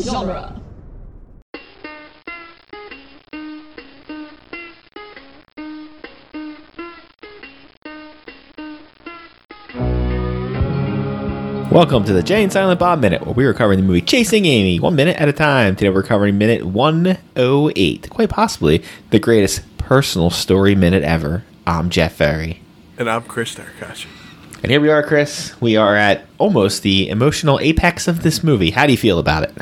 genre. Welcome to the Jay and Silent Bob Minute, where we are covering the movie Chasing Amy one minute at a time. Today we're covering minute 108, quite possibly the greatest personal story minute ever. I'm Jeff Ferry. And I'm Chris Narakashi. And here we are, Chris. We are at almost the emotional apex of this movie. How do you feel about it?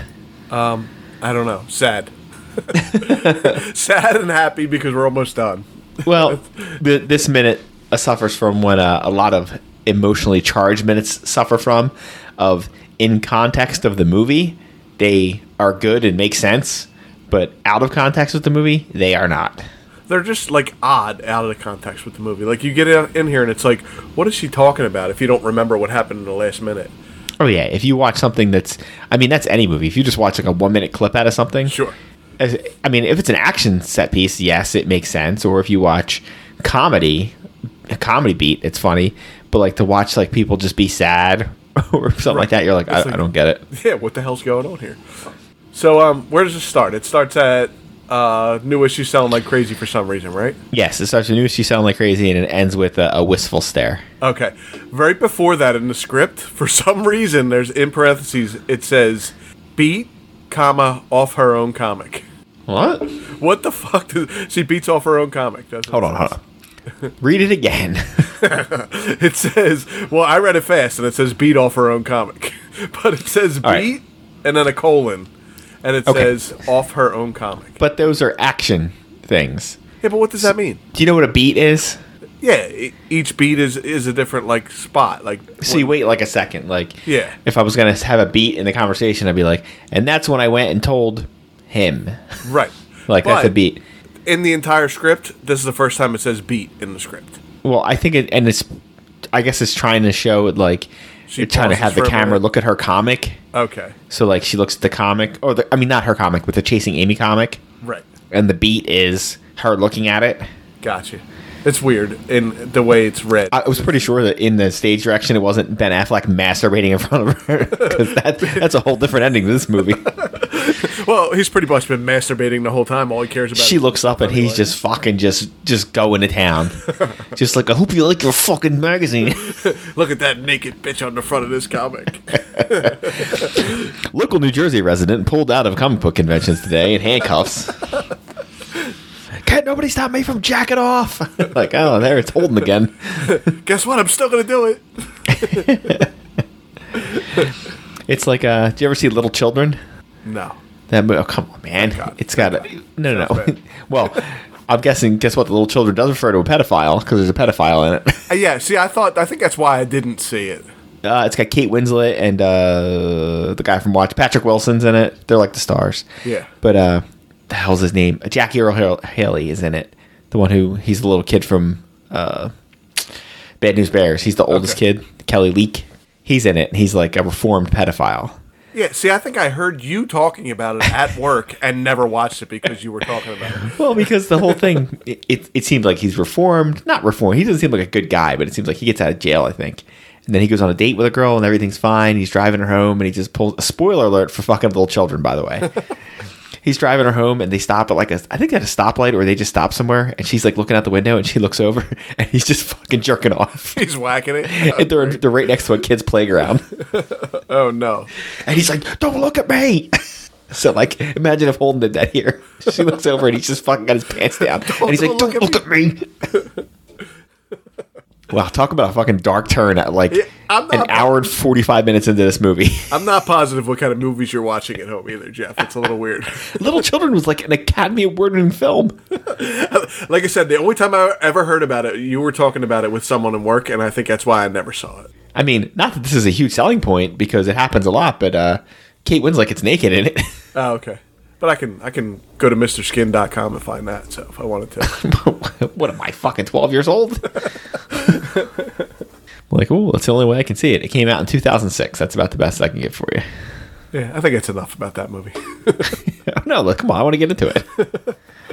I don't know. Sad. Sad and happy because we're almost done. Well, th- this minute uh, suffers from what uh, a lot of emotionally charged minutes suffer from. Of in context of the movie, they are good and make sense, but out of context with the movie, they are not. They're just like odd out of the context with the movie. Like you get in in here and it's like, what is she talking about if you don't remember what happened in the last minute? Oh yeah, if you watch something that's, I mean, that's any movie. If you just watch like a one minute clip out of something, Sure. as- I mean, if it's an action set piece, yes, it makes sense. Or if you watch comedy, a comedy beat, it's funny. But like to watch like people just be sad or something like that, you're like, I, It's like- I don't get it. Yeah, what the hell's going on here? So, um, where does it start? It starts at uh, new issue selling like crazy for some reason, right? Yes, it starts with news. You sound like crazy, and it ends with a, a wistful stare. Okay. Right before that in the script, for some reason, there's in parentheses it says, beat, comma, off her own comic. What? What the fuck? Does, she beats off her own comic. That's Hold on, hold on. Read it again. It says, well, I read it fast, and it says beat off her own comic, but it says beat All right. and then a colon, and it Okay. says off her own comic. but those are action things. Yeah, but what does that mean? Do you know what a beat is? Yeah, e- each beat is is a different like spot. Like, So you wait like a second. Like, Yeah. If I was gonna have a beat in the conversation, I'd be like, and that's when I went and told him. right? Like that's a But beat. in the entire script. This is the first time it says beat in the script. Well, I think it, and it's, I guess it's trying to show it like, She it's trying to pauses have for the a camera minute. look at her comic. Okay, So like she looks at the comic, or the, I mean, not her comic, but the Chasing Amy comic, right. and the beat is her looking at it. Gotcha. It's weird in the way it's read. I was pretty sure that in the stage direction, it wasn't Ben Affleck masturbating in front of her because that, that's a whole different ending to this movie. well, he's pretty much been masturbating the whole time. All he cares about. she is- looks up and he's just fucking just just going to town, just like I hope you like your fucking magazine. Look at that naked bitch on the front of this comic. Local New Jersey resident pulled out of comic book conventions today in handcuffs. Can't nobody stop me from jacking off? like, oh, there it's holding again. Guess what? I'm still gonna do it. It's like, uh, do you ever see Little Children? No. That mo- oh, come on, man. God. It's got a, no, no. Sounds no. bad. well, I'm guessing. Guess what? The Little Children does refer to a pedophile because there's a pedophile in it. Uh, yeah. See, I thought. I think that's why I didn't see it. Uh, it's got Kate Winslet and uh, the guy from Watch, Patrick Wilson's in it. They're like the stars. Yeah. But uh, the hell's his name? Jackie Earl Hale- Haley is in it. The one who he's the little kid from uh, Bad News Bears. He's the oldest Okay. kid, Kelly Leak. He's in it. He's like a reformed pedophile. Yeah. See, I think I heard you talking about it at work and never watched it because you were talking about it. Well, because the whole thing, it, it, it seems like he's reformed. Not reformed. He doesn't seem like a good guy, but it seems like he gets out of jail, I think. And then he goes on a date with a girl and everything's fine. He's driving her home and he just pulls a spoiler alert for fucking little children, by the way. he's driving her home and they stop at like a, I think at a stoplight or they just stop somewhere and she's like looking out the window and she looks over and he's just fucking jerking off. He's whacking and it. they're, they're right next to a kid's playground. Oh no. And he's like, don't look at me. So like, imagine if Holden did that here. She looks over and he's just fucking got his pants down, and he's like, "Don't don't look look at me." wow, talk about a fucking dark turn at like Yeah, I'm an not- hour and forty-five minutes into this movie. I'm not positive what kind of movies you're watching at home either, Jeff. It's a little weird. Little Children was like an Academy Award-winning film. like I said, the only time I ever heard about it, you were talking about it with someone in work, and I think that's why I never saw it. I mean, not that this is a huge selling point because it happens a lot, but uh, Kate Winslet gets naked in it. Oh, okay. But I can I can go to MrSkin.com and find that. So if I wanted to, what am I fucking twelve years old? like, oh, that's the only way I can see it. It came out in two thousand six. That's about the best I can get for you. yeah, I think it's enough about that movie. Oh, no, look, come on, I want to get into it.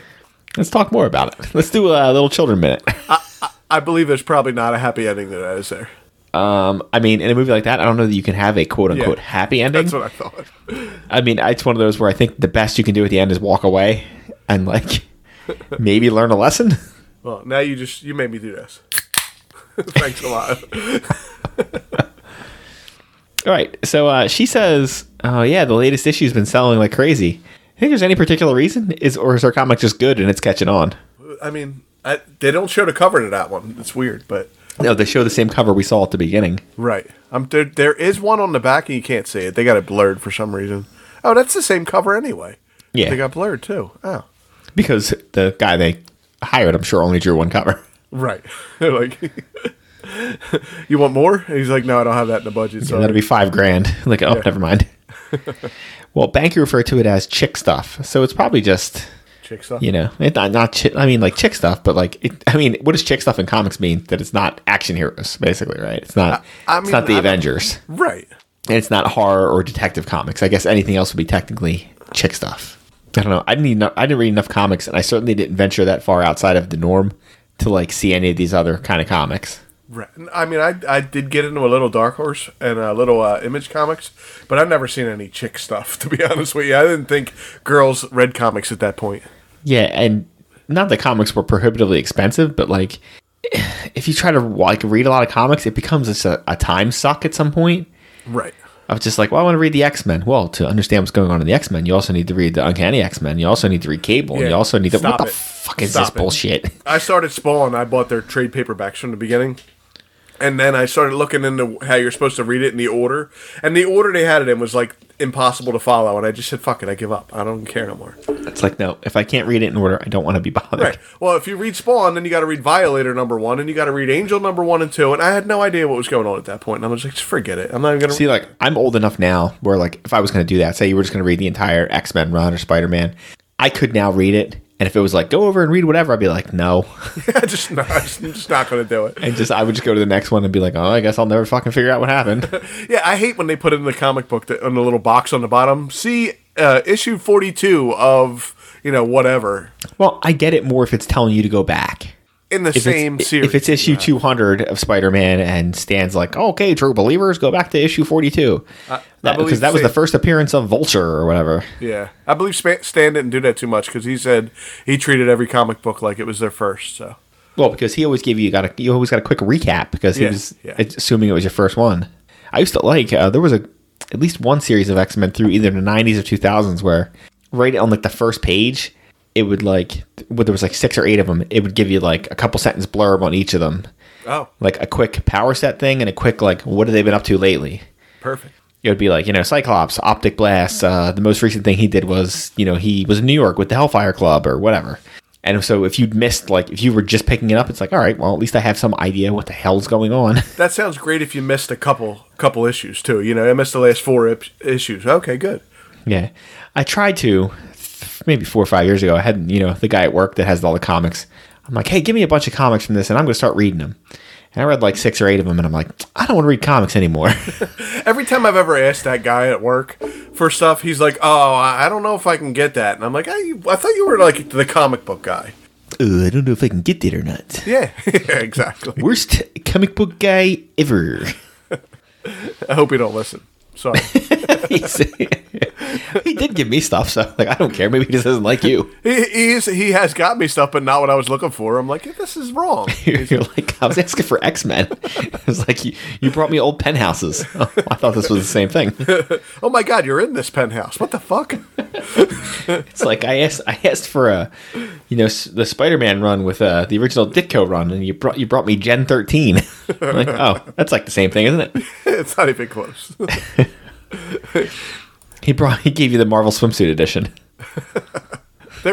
Let's talk more about it. Let's do a little children minute. I believe there's probably not a happy ending to that, is there? Um, I mean, in a movie like that, I don't know that you can have a quote unquote Yeah. happy ending. That's what I thought. I mean, it's one of those where I think the best you can do at the end is walk away and like maybe learn a lesson. Well, now you just you made me do this. Thanks a lot. All right. So uh, she says, "Oh yeah, the latest issue's been selling like crazy." I think there's any particular reason is or is her comic just good and it's catching on? I mean, I, they don't show the cover to that one. It's weird, but No, they show the same cover we saw at the beginning. right. I'm there. There is one on the back, and you can't see it. They got it blurred for some reason. Oh, that's the same cover anyway. Yeah. they got blurred too. Oh, because the guy they hired, I'm sure, only drew one cover. right. like, you want more? And he's like, no, I don't have that in the budget. So That'd be five grand. Like, oh, never mind. well, Banky referred to it as chick stuff, so it's probably just chick stuff. you know, it, not not chick. I mean, like chick stuff, but like, it, I mean, what does chick stuff in comics mean? That it's not action heroes, basically, right? It's not. I- I it's mean, not the I don't- Avengers, Right. and it's not horror or detective comics. I guess anything else would be technically chick stuff. I don't know. I didn't even know, I didn't read enough comics, and I certainly didn't venture that far outside of the norm to like see any of these other kind of comics. Right. I mean, I, I did get into a little Dark Horse and a little uh, Image Comics, but I've never seen any chick stuff, to be honest with you. I didn't think girls read comics at that point. Yeah, and not that comics were prohibitively expensive, but like if you try to like read a lot of comics, it becomes just a, a time suck at some point. Right. I was just like, well, I want to read the X Men. Well, to understand what's going on in the X Men, you also need to read the Uncanny X Men. You also need to read Cable. and Yeah, you also need to. What stop the it. fuck is Stop this it. bullshit? I started Spawn. I bought their trade paperbacks from the beginning. And then I started looking into how you're supposed to read it in the order. And the order they had it in was like impossible to follow. And I just said, fuck it, I give up. I don't care no more. It's like, no, if I can't read it in order, I don't want to be bothered. Right. Well, if you read Spawn, then you got to read Violator number one, and you got to read Angel number one and two. And I had no idea what was going on at that point. And I was like, just forget it. I'm not even going to See, like, I'm old enough now where, like, if I was going to do that, say you were just going to read the entire X Men run or Spider Man, I could now read it. And if it was like, go over and read whatever, I'd be like, no. I just not, I'm just not going to do it. and just I would just go to the next one and be like, oh, I guess I'll never fucking figure out what happened. Yeah, I hate when they put it in the comic book that, on the little box on the bottom. See uh, issue forty two of you know whatever well, I get it more if it's telling you to go back. in the If it's- same i- series. If it's issue 200 of Spider-Man and Stan's like, okay, true believers, go back to issue 42. That- believe Because that, was the Stan- first appearance of Vulture or whatever. yeah, I believe Spa- Stan didn't do that too much because he said he treated every comic book like it was their first. So Well, because he always gave you got a you always got a quick recap because he Yeah, was yeah. assuming it was your first one. I used to like uh, there was a at least one series of X Men through either the '90s or 2000s where right on like the first page it would like well, there was like six or eight of them it would give you like a couple sentence blurb on each of them oh, like a quick power set thing and a quick like what have they been up to lately perfect. it would be like you know cyclops optic blast uh, the most recent thing he did was you know he was in new york with the hellfire club or whatever and so if you'd missed like if you were just picking it up it's like all right well at least i have some idea what the hell's going on That sounds great if you missed a couple couple issues too. You know, I missed the last four ip- issues. Okay, good. yeah i tried to th- maybe four or five years ago i had you know the guy at work that has all the comics i'm like hey give me a bunch of comics from this and i'm going to start reading them and i read like six or eight of them and i'm like i don't want to read comics anymore Every time I've ever asked that guy at work for stuff, he's like, "Oh, I I don't know if I can get that," and I'm like, "I, I thought you were like the comic book guy." Ugh, i don't know if i can get that or not Yeah, yeah, exactly. worst comic book guy ever I hope you don't listen. Sorry, He's- he did give me stuff, so like I don't care. Maybe he just doesn't like you. he he, is, he has got me stuff, but not what I was looking for. I'm like, "This is wrong." You're, you're like I was asking for X Men. I was like, you, you brought me old penthouses. Oh, I thought this was the same thing. oh my god, you're in this penthouse. What the fuck? It's like I asked I asked for a you know s- the Spider Man run with uh, the original Ditko run, and you brought you brought me Gen thirteen. I'm like oh, that's like the same thing, isn't it? it's not even close. He brought he gave you the Marvel swimsuit edition. There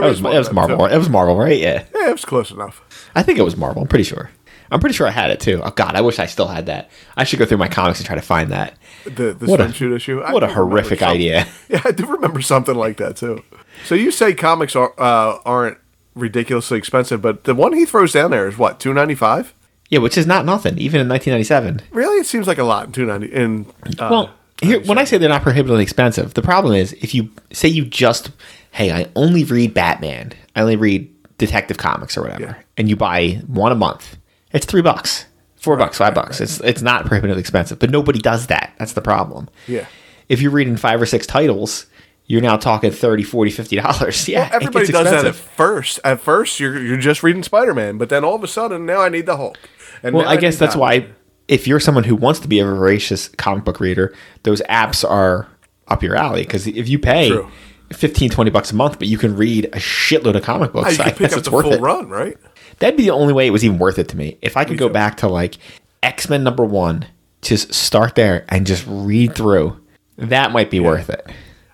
That was, that one was of them, Marvel. too. It was Marvel, right? Yeah. Yeah, it was close enough. I think it was Marvel. I'm pretty sure. I'm pretty sure I had it too. Oh God, I wish I still had that. I should go through my comics and try to find that. The the What a- swimsuit issue. I what a do remember horrific something. idea. Yeah, I do remember something like that too. So you say comics are uh, aren't ridiculously expensive, but the one he throws down there is what two ninety five. Yeah, which is not nothing, even in 1997. Really, it seems like a lot in two ninety. In uh, well, here, when I say they're not prohibitively expensive, the problem is if you say you just, hey, I only read Batman, I only read Detective Comics or whatever, Yeah. and you buy one a month, it's three bucks, four bucks, five bucks. It's it's not prohibitively expensive, but nobody does that. That's the problem. Yeah. If you're reading five or six titles you're now talking 30 40 50 dollars yeah it Everybody gets does that at expensive. first. At first, you're you're just reading Spider Man, but then all of a sudden, now I need the Hulk. And well now i guess need that's that. why if you're someone who wants to be a voracious comic book reader those apps are up your alley because if you pay True. fifteen twenty 15 20 bucks a month but you can read a shitload of comic Oh, books you i can guess pick up it's the worth full it run, right? That'd be the only way it was even worth it to me. If I could go too. back to like X Men number one, just start there and just read through, that might be worth it.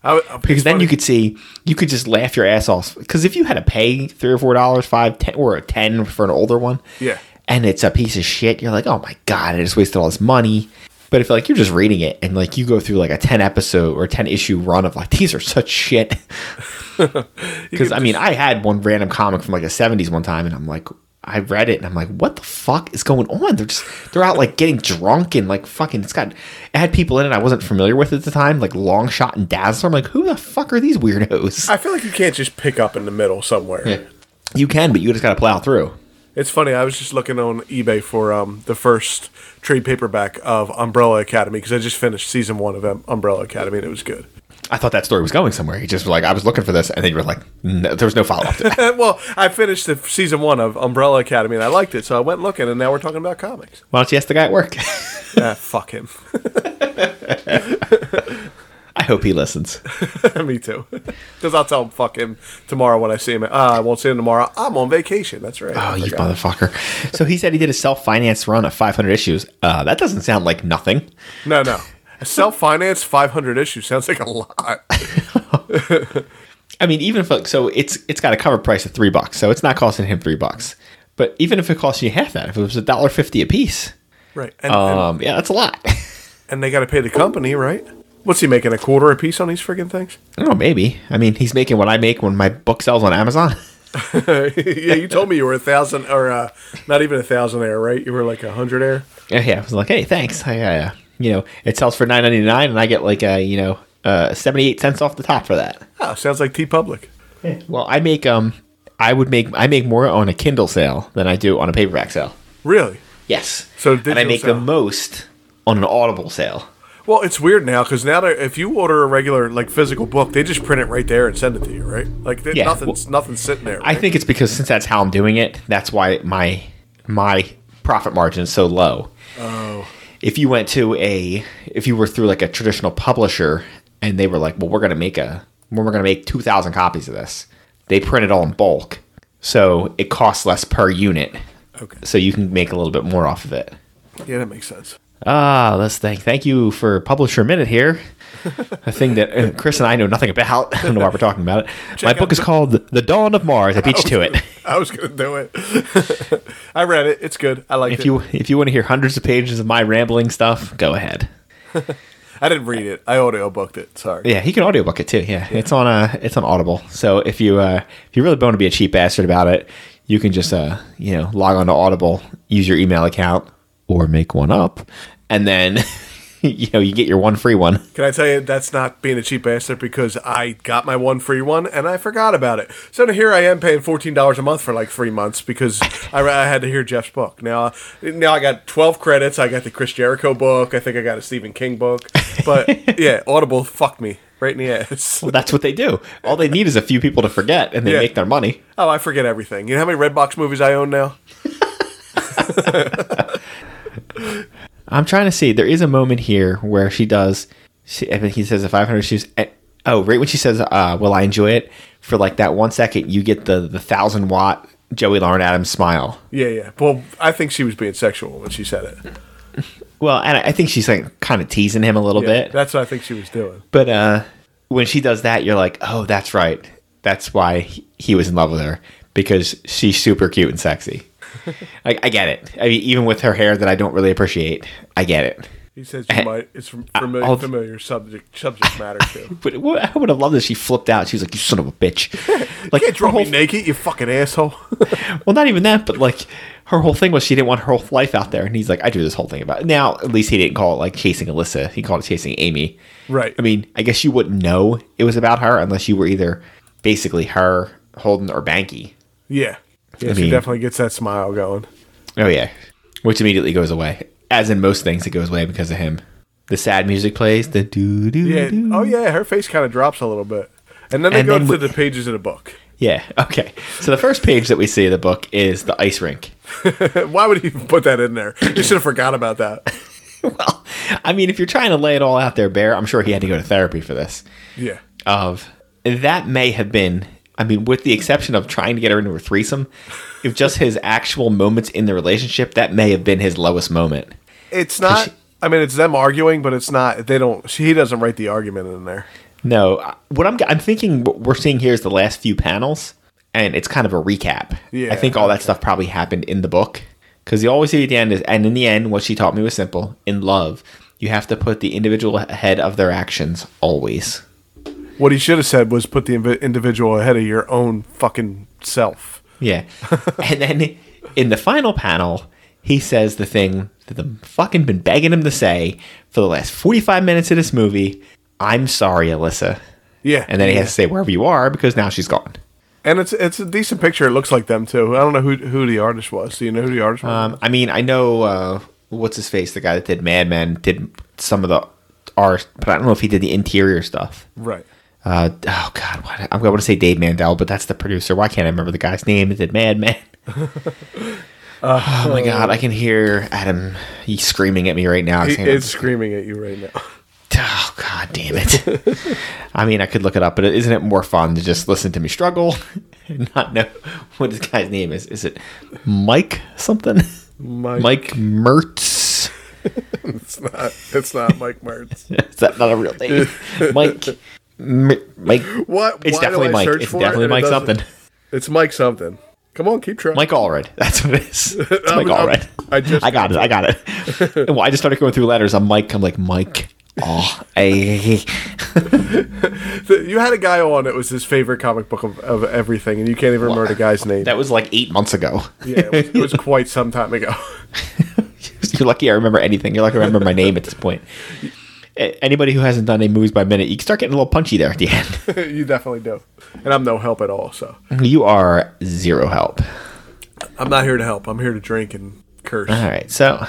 I, I- Because it's then funny. you could see, you could just laugh your ass off. Because if you had to pay three or four dollars, five, ten, or a ten for an older one, Yeah. and it's a piece of shit, you're like, oh my god, I just wasted all this money. But if like you're just reading it and like you go through like a ten episode or ten issue run of like these are such shit, because I mean, I had one random comic from like the '70s one time, and I'm like, I read it, and I'm like, what the fuck is going on? They're just they're out like getting drunk and like fucking. It's got it had people in it I wasn't familiar with at the time, like Long Shot and Dazzler. I'm like, who the fuck are these weirdos? I feel like you can't just pick up in the middle somewhere. You can, but you just got to plow through. It's funny. I was just looking on eBay for um, the first trade paperback of Umbrella Academy because I just finished season one of um, Umbrella Academy and it was good. I thought that story was going somewhere. You just were like, I was looking for this, and then you were like, no, there was no follow up to that. well, I finished the season one of Umbrella Academy and I liked it, so I went looking, and now we're talking about comics. Why don't you ask the guy at work? ah, fuck him. I hope he listens. Me too. Because I'll tell him fuck him tomorrow when I see him. Uh, I won't see him tomorrow. I'm on vacation. That's right. Oh, I you forgot. motherfucker. So he said he did a self financed run of 500 issues. Uh, that doesn't sound like nothing. No, no. Self finance 500 issues sounds like a lot. I mean, even if like, so, it's it's got a cover price of three bucks, so it's not costing him three bucks. But even if it costs you half that, if it was a dollar fifty a piece, Right. And, and, um, yeah, that's a lot. I and they got to pay the company, right? What's he making? A quarter a piece on these freaking things? don't know, maybe. I mean, he's making what I make when my book sells on Amazon. yeah, you told me you were a thousand or uh, not even a thousand air, right? You were like a hundred air. yeah, yeah, I was like, hey, thanks. I, uh, you know, it sells for nine ninety nine, and I get like uh, you know, uh, seventy eight cents off the top for that. Oh, sounds like T Public. Well, I make um, I would make I make more on a Kindle sale than I do on a paperback sale. Really? Yes. So and I digital make sale. the most on an Audible sale. Well, it's weird now because now that if you order a regular like physical book, they just print it right there and send it to you, right? Like there- Yeah, nothing's nothing's sitting there. I Right? think it's because since that's how I'm doing it, that's why my my profit margin is so low. Oh. If you went to a if you were through like a traditional publisher and they were like, "Well, we're going to make a we're going to make 2000 copies of this." They print it all in bulk. So it costs less per unit. Okay. So you can make a little bit more off of it. yeah, that makes sense. Ah, let's thank thank you for Publisher Minute here. A thing that uh, Chris and I know nothing about. I don't know why we're talking about it. My out book is called The Dawn of Mars. I beat you to it. I was gonna do it. I read it. It's good. I like If it. you if you want to hear hundreds of pages of my rambling stuff, go ahead. I didn't read it. I audiobooked it. Sorry. Yeah, he can audiobook it too. Yeah, it's on uh it's on Audible. So if you uh if you really want to be a cheap bastard about it, you can just uh you know log on to Audible, use your email account or make one up, and then you know you get your one free one. Can I tell you that's not being a cheap bastard because I got my one free one and I forgot about it. So now here I am paying fourteen dollars a month for like three months because I, re- I had to hear Jeff's book. Now, now I got twelve credits. I got the Chris Jericho book. I think I got a Stephen King book. But yeah, Audible fucked me right in the ass. Well, that's what they do. All they need is a few people to forget, and they Yeah. make their money. Oh, I forget everything. You know how many Redbox movies I own now? I'm trying to see. There is a moment here where she does. She, I mean, he says the 500 shoes. And, oh, right when she says, uh, "Will I enjoy it?" For like that one second, you get the the thousand watt Joey Lauren Adams smile. Yeah, yeah. Well, I think she was being sexual when she said it. Well, and I I think she's like kind of teasing him a little Yeah, bit. that's what I think she was doing. But uh, when she does that, you're like, "Oh, that's right. That's why he, he was in love with her because she's super cute and sexy." I, I get it. I mean, even with her hair that I don't really appreciate, I get it. He says you might. It's from familiar, I'll- familiar subject subject matter too. But it- I would have loved that she flipped out. She was like, "You son of a bitch!" Like Can't draw her me whole- naked, you fucking asshole. Well, not even that, but like her whole thing was she didn't want her whole life out there, and he's like, "I drew this whole thing about." It. Now, at least he didn't call it like chasing Alyssa. He called it chasing Amy. Right. I mean, I guess you wouldn't know it was about her unless you were either basically her, Holden, or Banky. yeah. Yeah, I she mean- definitely gets that smile going. Oh yeah, which immediately goes away. As in most things, it goes away because of him. the sad music plays. The doo doo Yeah. doo. Oh yeah, her face kind of drops a little bit, and then they And go then to we- the pages of the book. Yeah. Okay. So the first page that we see of the book is the ice rink. Why would he even put that in there? He should have forgot about that. well, I mean, if you're trying to lay it all out there, Bear, I'm sure he had to go to therapy for this. Yeah. Of that may have been. I mean, with the exception of trying to get her into a threesome, if just his actual moments in the relationship, that may have been his lowest moment. It's not. she- I mean, it's them arguing, but it's not. They don't. She, he doesn't write the argument in there. No, I- what I'm I'm thinking what we're seeing here is the last few panels, and it's kind of a recap. Yeah, I think all that stuff probably happened in the book because you always see at the end is, and in the end, what she taught me was simple: in love, you have to put the individual ahead of their actions always. What he should have said was put the invi- individual ahead of your own fucking self. Yeah, and then in the final panel, he says the thing that the fucking been begging him to say for the last 45 minutes of this movie. I'm sorry, Alyssa. Yeah. And then he yeah. has to say wherever you are because now she's gone. And it's it's a decent picture. It looks like them too. I don't know who who the artist was. Do you know who the artist was? Um, I mean, I know uh, what's his face, the guy that did Mad Men, did some of the art, but I don't know if he did the interior stuff. right. Uh, oh God, what, I'm going to say Dave Mandel, but that's the producer. Why can't I remember the guy's name that did Mad Men? oh my God, I can hear Adam he's screaming at me right now. He Hang on. is screaming at you right now. Oh God damn it! I mean, I could look it up, but isn't it more fun to just listen to me struggle and not know what this guy's name is? Is it Mike something? Mike. Mike Mertz. It's not. It's not Mike Mertz. Is that not a real name? Mike. M- Mike. What? It's Why do definitely I Mike. search It's for it definitely and it Mike doesn't- something. It's Mike something. Come on, keep trying. Mike Allred. That's what it is. It's I'm- Mike I'm- Allred. I just I got it. I got it. well, I just started going through letters. I'm Mike. I'm like Mike. Oh, I, You had a guy on that was his favorite comic book of, of everything, and you can't even remember the guy's name. that was like eight months ago. yeah, it was, it was quite some time ago. You're lucky I remember anything. You're lucky I remember my name at this point. A- Anybody who hasn't done a movies by minute, you start getting a little punchy there at the end. you definitely do, and I'm no help at all. So you are zero help. I'm not here to help. I'm here to drink and curse. All right, so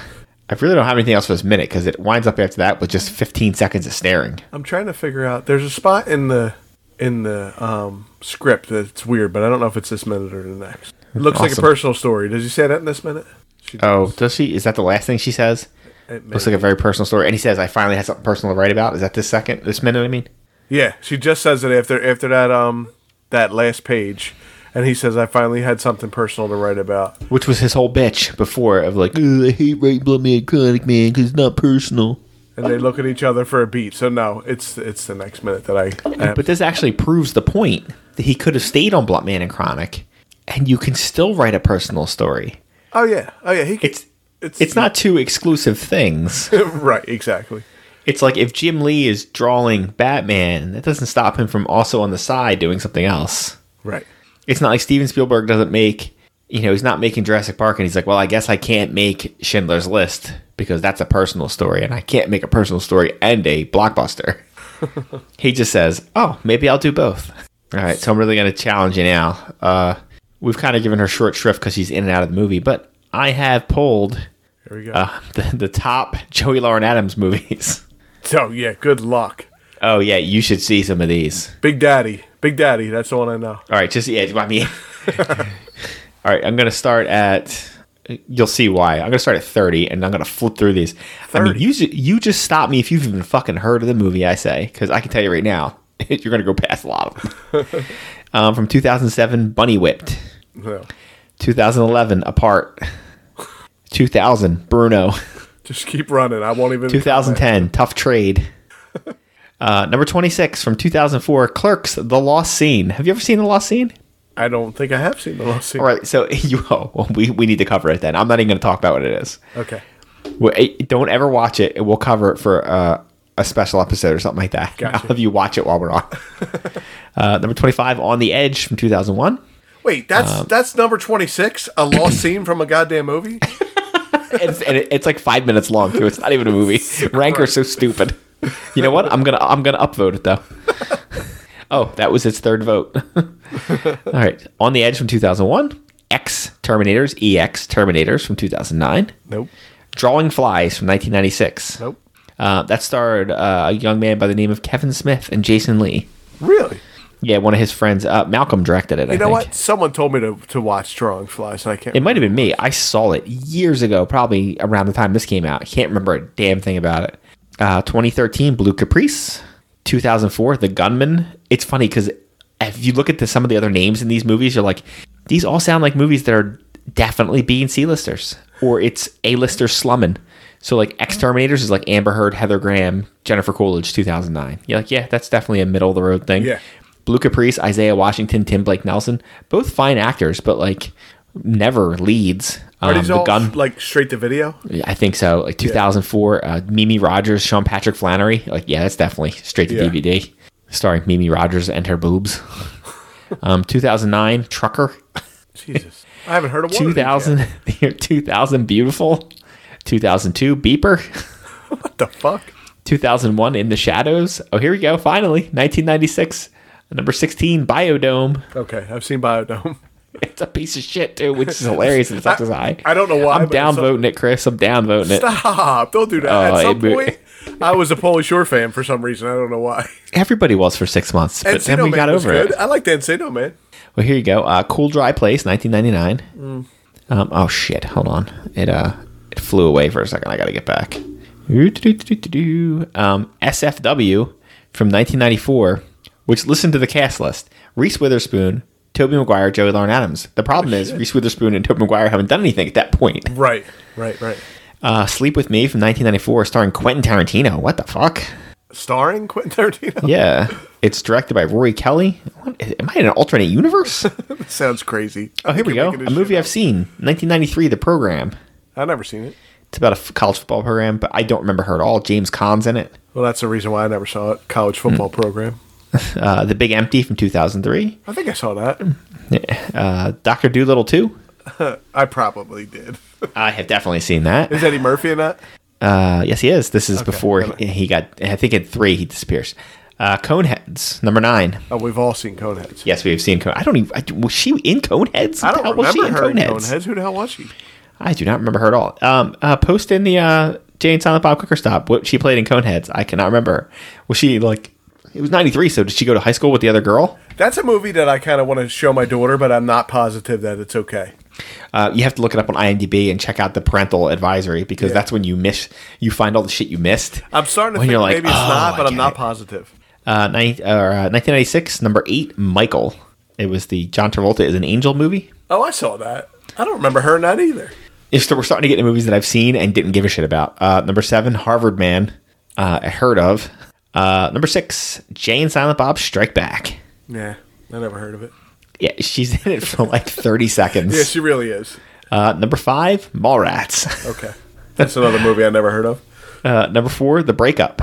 I really don't have anything else for this minute because it winds up after that with just 15 seconds of staring. I'm trying to figure out. There's a spot in the in the um, script that's weird, but I don't know if it's this minute or the next. It looks like a Awesome. personal story. Does he say that in this minute? She Oh, does she? Is that the last thing she says? It may Looks like a very personal story. And he says, "I finally had something personal to write about." Is that this second, this minute? I mean, Yeah, she just says it after after that um that last page, and he says, "I finally had something personal to write about." which was his whole bitch before of like, Ugh, I hate writing Blood Man Chronic Man because it's not personal. And they look at each other for a beat. So no, it's it's the next minute that I. I but this actually proves the point that he could have stayed on Blunt Man and Chronic, and you can still write a personal story. oh yeah, oh yeah. He It's it's not two exclusive things. right. Exactly. It's like if Jim Lee is drawing Batman, that doesn't stop him from also on the side doing something else. Right. It's not like Steven Spielberg doesn't make, you know, he's not making Jurassic Park and he's like, well, I guess I can't make Schindler's List because that's a personal story and I can't make a personal story and a blockbuster. he just says, oh, maybe I'll do both. All right, so I'm really going to challenge you now. Uh, we've kind of given her short shrift because she's in and out of the movie, but I have pulled Here we go. uh, the, the top Joey Lauren Adams movies. so yeah, good luck, Oh yeah, you should see some of these. Big Daddy. Big Daddy. That's the one I know. All right, just yeah, I mean, all right, I'm gonna start at. You'll see why. I'm gonna start at 30, and I'm gonna flip through these. I mean, 30. you ju- you just stop me if you've even fucking heard of the movie I say, because I can tell you right now, you're gonna go past a lot of them. um, from 2007, Bunny Whipped. No, 2011, Apart. 2000, Bruno. just keep running. I won't even. 2010, Tough Trade. Uh, number 26 from 2004, Clerks, The Lost Scene. Have you ever seen The Lost Scene? I don't think I have seen the lawsuit. All right, so you oh, well, we we need to cover it then. I'm not even going to talk about what it is. Okay. Well, eh, Don't ever watch it. We'll cover it for uh, a special episode or something like that. Gotcha. I'll have you watch it while we're on. uh, number 25, On the Edge from 2001. Wait, that's that's number twenty six. A lost scene from a goddamn movie. It's, and it, it's like five minutes long too. It's not even a movie. Ranker's so stupid. You know what? I'm gonna I'm gonna upvote it though. Oh, that was its third vote. All right, On the Edge from 2001. X Terminators, EX Terminators from 2009. Nope. Drawing Flies from 1996. Nope. Uh, that starred uh, a young man by the name of Kevin Smith and Jason Lee. Really? Yeah, one of his friends, uh, Malcolm, directed it. I You know think. what? Someone told me to, to watch Drawing Flies, and I can't. It might have been me. I saw it years ago, probably around the time this came out. I can't remember a damn thing about it. Uh, 2013, Blue Caprice. 2004, The Gunman. It's funny because if you look at the, some of the other names in these movies, you're like, these all sound like movies that are definitely B and C listers, or it's A lister slumming. So like Exterminators is like Amber Heard, Heather Graham, Jennifer Coolidge, 2009. You're like, yeah, that's definitely a middle of the road thing. Yeah. Blue Caprice, Isaiah Washington, Tim Blake Nelson, both fine actors, but like never leads. Are Um, these the all gun, like straight to video? I think so. Like 2004, uh, Mimi Rogers, Sean Patrick Flannery. Like, yeah, that's definitely straight to Yeah. DVD, starring Mimi Rogers and her boobs. um, 2009, Trucker. Jesus, I haven't heard of one. of these yet. 2000, the year 2000, Beautiful. 2002, Beeper. What the fuck? 2001, In the Shadows. Oh, here we go. Finally, 1996. Number 16, Biodome. Okay, I've seen Biodome. It's a piece of shit, dude, which is hilarious. and It's up to high. I don't know why, I'm but it's downvoting it, Chris. I'm downvoting it. Stop! Don't do that. Oh, At some it- point, I was a Polish Shore fan for some reason. I don't know why. Everybody was for six months, but Encino then we Man got was over good. it. I like Encino Man. Well, here you go. Uh, cool Dry Place, 1999. Mm. Um, oh shit! Hold on. It uh, it flew away for a second. I gotta get back. Ooh-doo-doo-doo-doo-doo. Um, SFW from 1994, which listen to the cast list: Reese Witherspoon, Toby Maguire, Joey Lauren Adams. The problem is Reese Witherspoon and Toby Maguire haven't done anything at that point. Right, right, right. Uh, Sleep with Me from 1994, starring Quentin Tarantino. What the fuck? Starring Quentin Tarantino. Yeah, it's directed by Rory Kelly. What, am I in an alternate universe? Sounds crazy. Oh, here we go. A movie I've seen, 1993, The Program. I've never seen it. It's about a f- college football program, but I don't remember her at all. James Caan's in it. Well, that's the reason why I never saw it. College Hmm. football program. Uh, the Big Empty from 2003. I think I saw that. Uh, Doctor Doolittle 2. I probably did. I have definitely seen that. Is Eddie Murphy in that? Uh, yes, he is. This is before he, he got. I think in three he disappears. Uh, Coneheads, number nine. Oh, we've all seen Coneheads. Yes, we have seen. Cone- I don't even. I, was she in Coneheads? I What the don't hell was she remember her in Coneheads? Coneheads. Who the hell was she? I do not remember her at all. Um, uh, post in the uh, Jane Silent Bob Cooker Stop what she played in Coneheads. I cannot remember. Was she like? It was '93, so did she go to high school with the other girl? That's a movie that I kind of want to show my daughter, but I'm not positive that it's okay. Uh, you have to look it up on IMDb and check out the parental advisory because that's when you miss you find all the shit you missed. I'm starting to When think you're like, maybe it's "Oh, not, but I I'm get not it." positive. Uh, ni- or, uh, 1996, number eight, Michael. It was the John Travolta is an angel movie. Oh, I saw that. I don't remember her in that either. It's, we're starting to get into movies that I've seen and didn't give a shit about. Uh, number seven, Harvard Man, uh, I heard of. Uh, number six, Jay and Silent Bob Strike Back. Nah, I never heard of it. Yeah, she's in it for like 30 seconds. Yeah, she really is. uh, number five, Mallrats. Okay. That's another movie I never heard of. Uh, number four, The Breakup.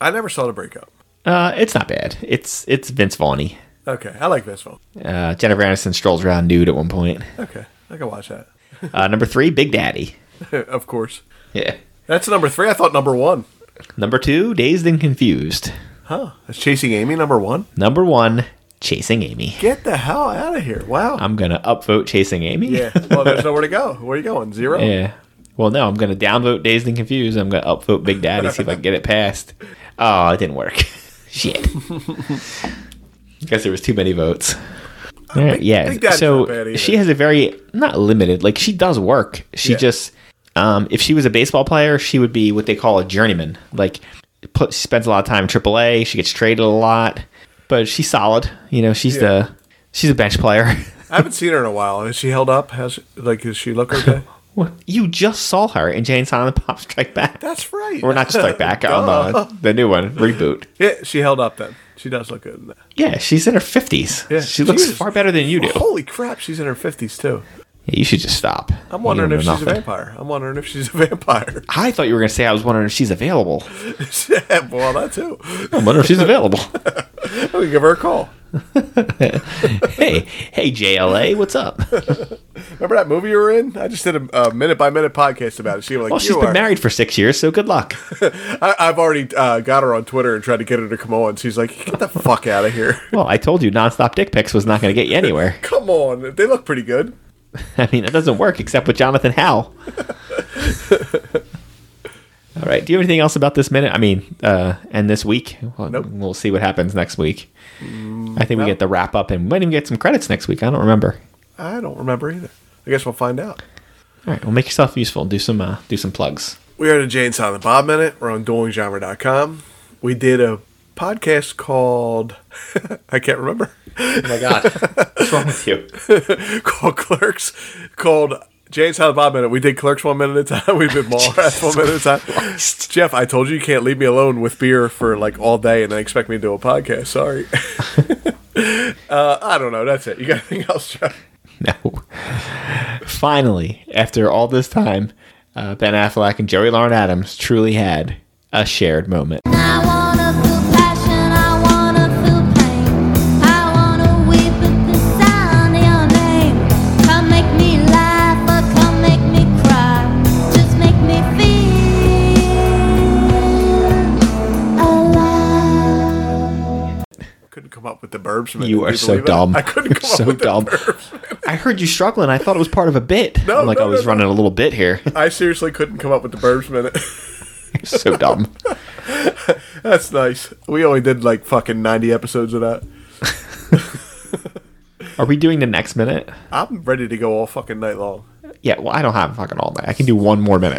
I never saw The Breakup. Uh, it's not bad. It's it's Vince Vaughn. Okay, I like this one. Uh, Jennifer Aniston strolls around nude at one point. Okay, I can watch that. Uh, number three, Big Daddy. of course. Yeah. That's number three. I thought number one. Number two, Dazed and Confused. Huh. That's Chasing Amy number one? Number one, Chasing Amy. Get the hell out of here. Wow. I'm gonna upvote Chasing Amy. yeah. Well, there's nowhere to go. Where are you going? Zero? Yeah. Well, no, I'm going to downvote Dazed and Confused. I'm going to upvote Big Daddy, see if I can get it passed. Oh, it didn't work. Shit. Guess there was too many votes. All right, yeah. Big Daddy's not bad so either. she has a very not limited. Like she does work. She Yeah. just um, if she was a baseball player, she would be what they call a journeyman. Like put, she spends a lot of time in AAA. She gets traded a lot, but she's solid. You know, she's the she's a bench player. I haven't seen her in a while. Is she held up? Has like is she look okay? What? You just saw her in Jane Silent Bob Strike Back. That's right. Or not just like back Duh. on uh, the new one reboot. Yeah, she held up then. She does look good in that. Yeah, she's in her fifties. Yeah, she looks Jesus. far better than you do. Holy crap, she's in her fifties too. Yeah, you should just stop. I'm wondering You if know she's a nothing. vampire. I'm wondering if she's a vampire. I thought you were gonna say I was wondering if she's available. yeah, well, that too. I wonder if she's available. We give her a call. hey, hey JLA, what's up? Remember that movie you were in? I just did a, a minute by minute podcast about it. She was like, Well, she's "You been are." married for six years, so good luck. I, I've already uh, got her on Twitter and tried to get her to come on. She's like, "Get the fuck out of here! Well, I told you nonstop dick pics was not gonna get you anywhere. Come on, they look pretty good." I mean, it doesn't work except with Jonathan Howe. All right. Do you have anything else about this minute? I mean, uh, and this week? Well, Nope. We'll see what happens next week. I think no. we get the wrap up and we might even get some credits next week. I don't remember. I don't remember either. I guess we'll find out. All right. Well, make yourself useful. Do some uh, do some plugs. We are the Jane Silent Bob Minute. We're on duelinggenre.com. We did a podcast called, I can't remember, Oh my God. What's wrong with you? called Clerks, called Jane Silent Bob Minute. We did Clerks one minute at a time. We've been Mallrats one minute at a time. Jeff, I told you you can't leave me alone with beer for like all day and then expect me to do a podcast. Sorry. uh, I don't know. That's it. You got anything else, Jeff? No. Finally, after all this time, uh, Ben Affleck and Joey Lauren Adams truly had a shared moment. I wanna feel passion, I wanna feel pain. I wanna weep at the sound of your name. Come make me laugh or come make me cry. Just make me feel alive. Couldn't come up with the burbs. Minute. You Do are so believe it? dumb. I couldn't You're come up with the burbs. I heard you struggling. I thought it was part of a bit. No, I'm like no, I was no, no. running a little bit here. I seriously couldn't come up with the burbs minute. You're so dumb. That's nice. We only did like fucking 90 episodes of that. Are we doing the next minute? I'm ready to go all fucking night long. Yeah, well, I don't have fucking all night. I can do one more minute.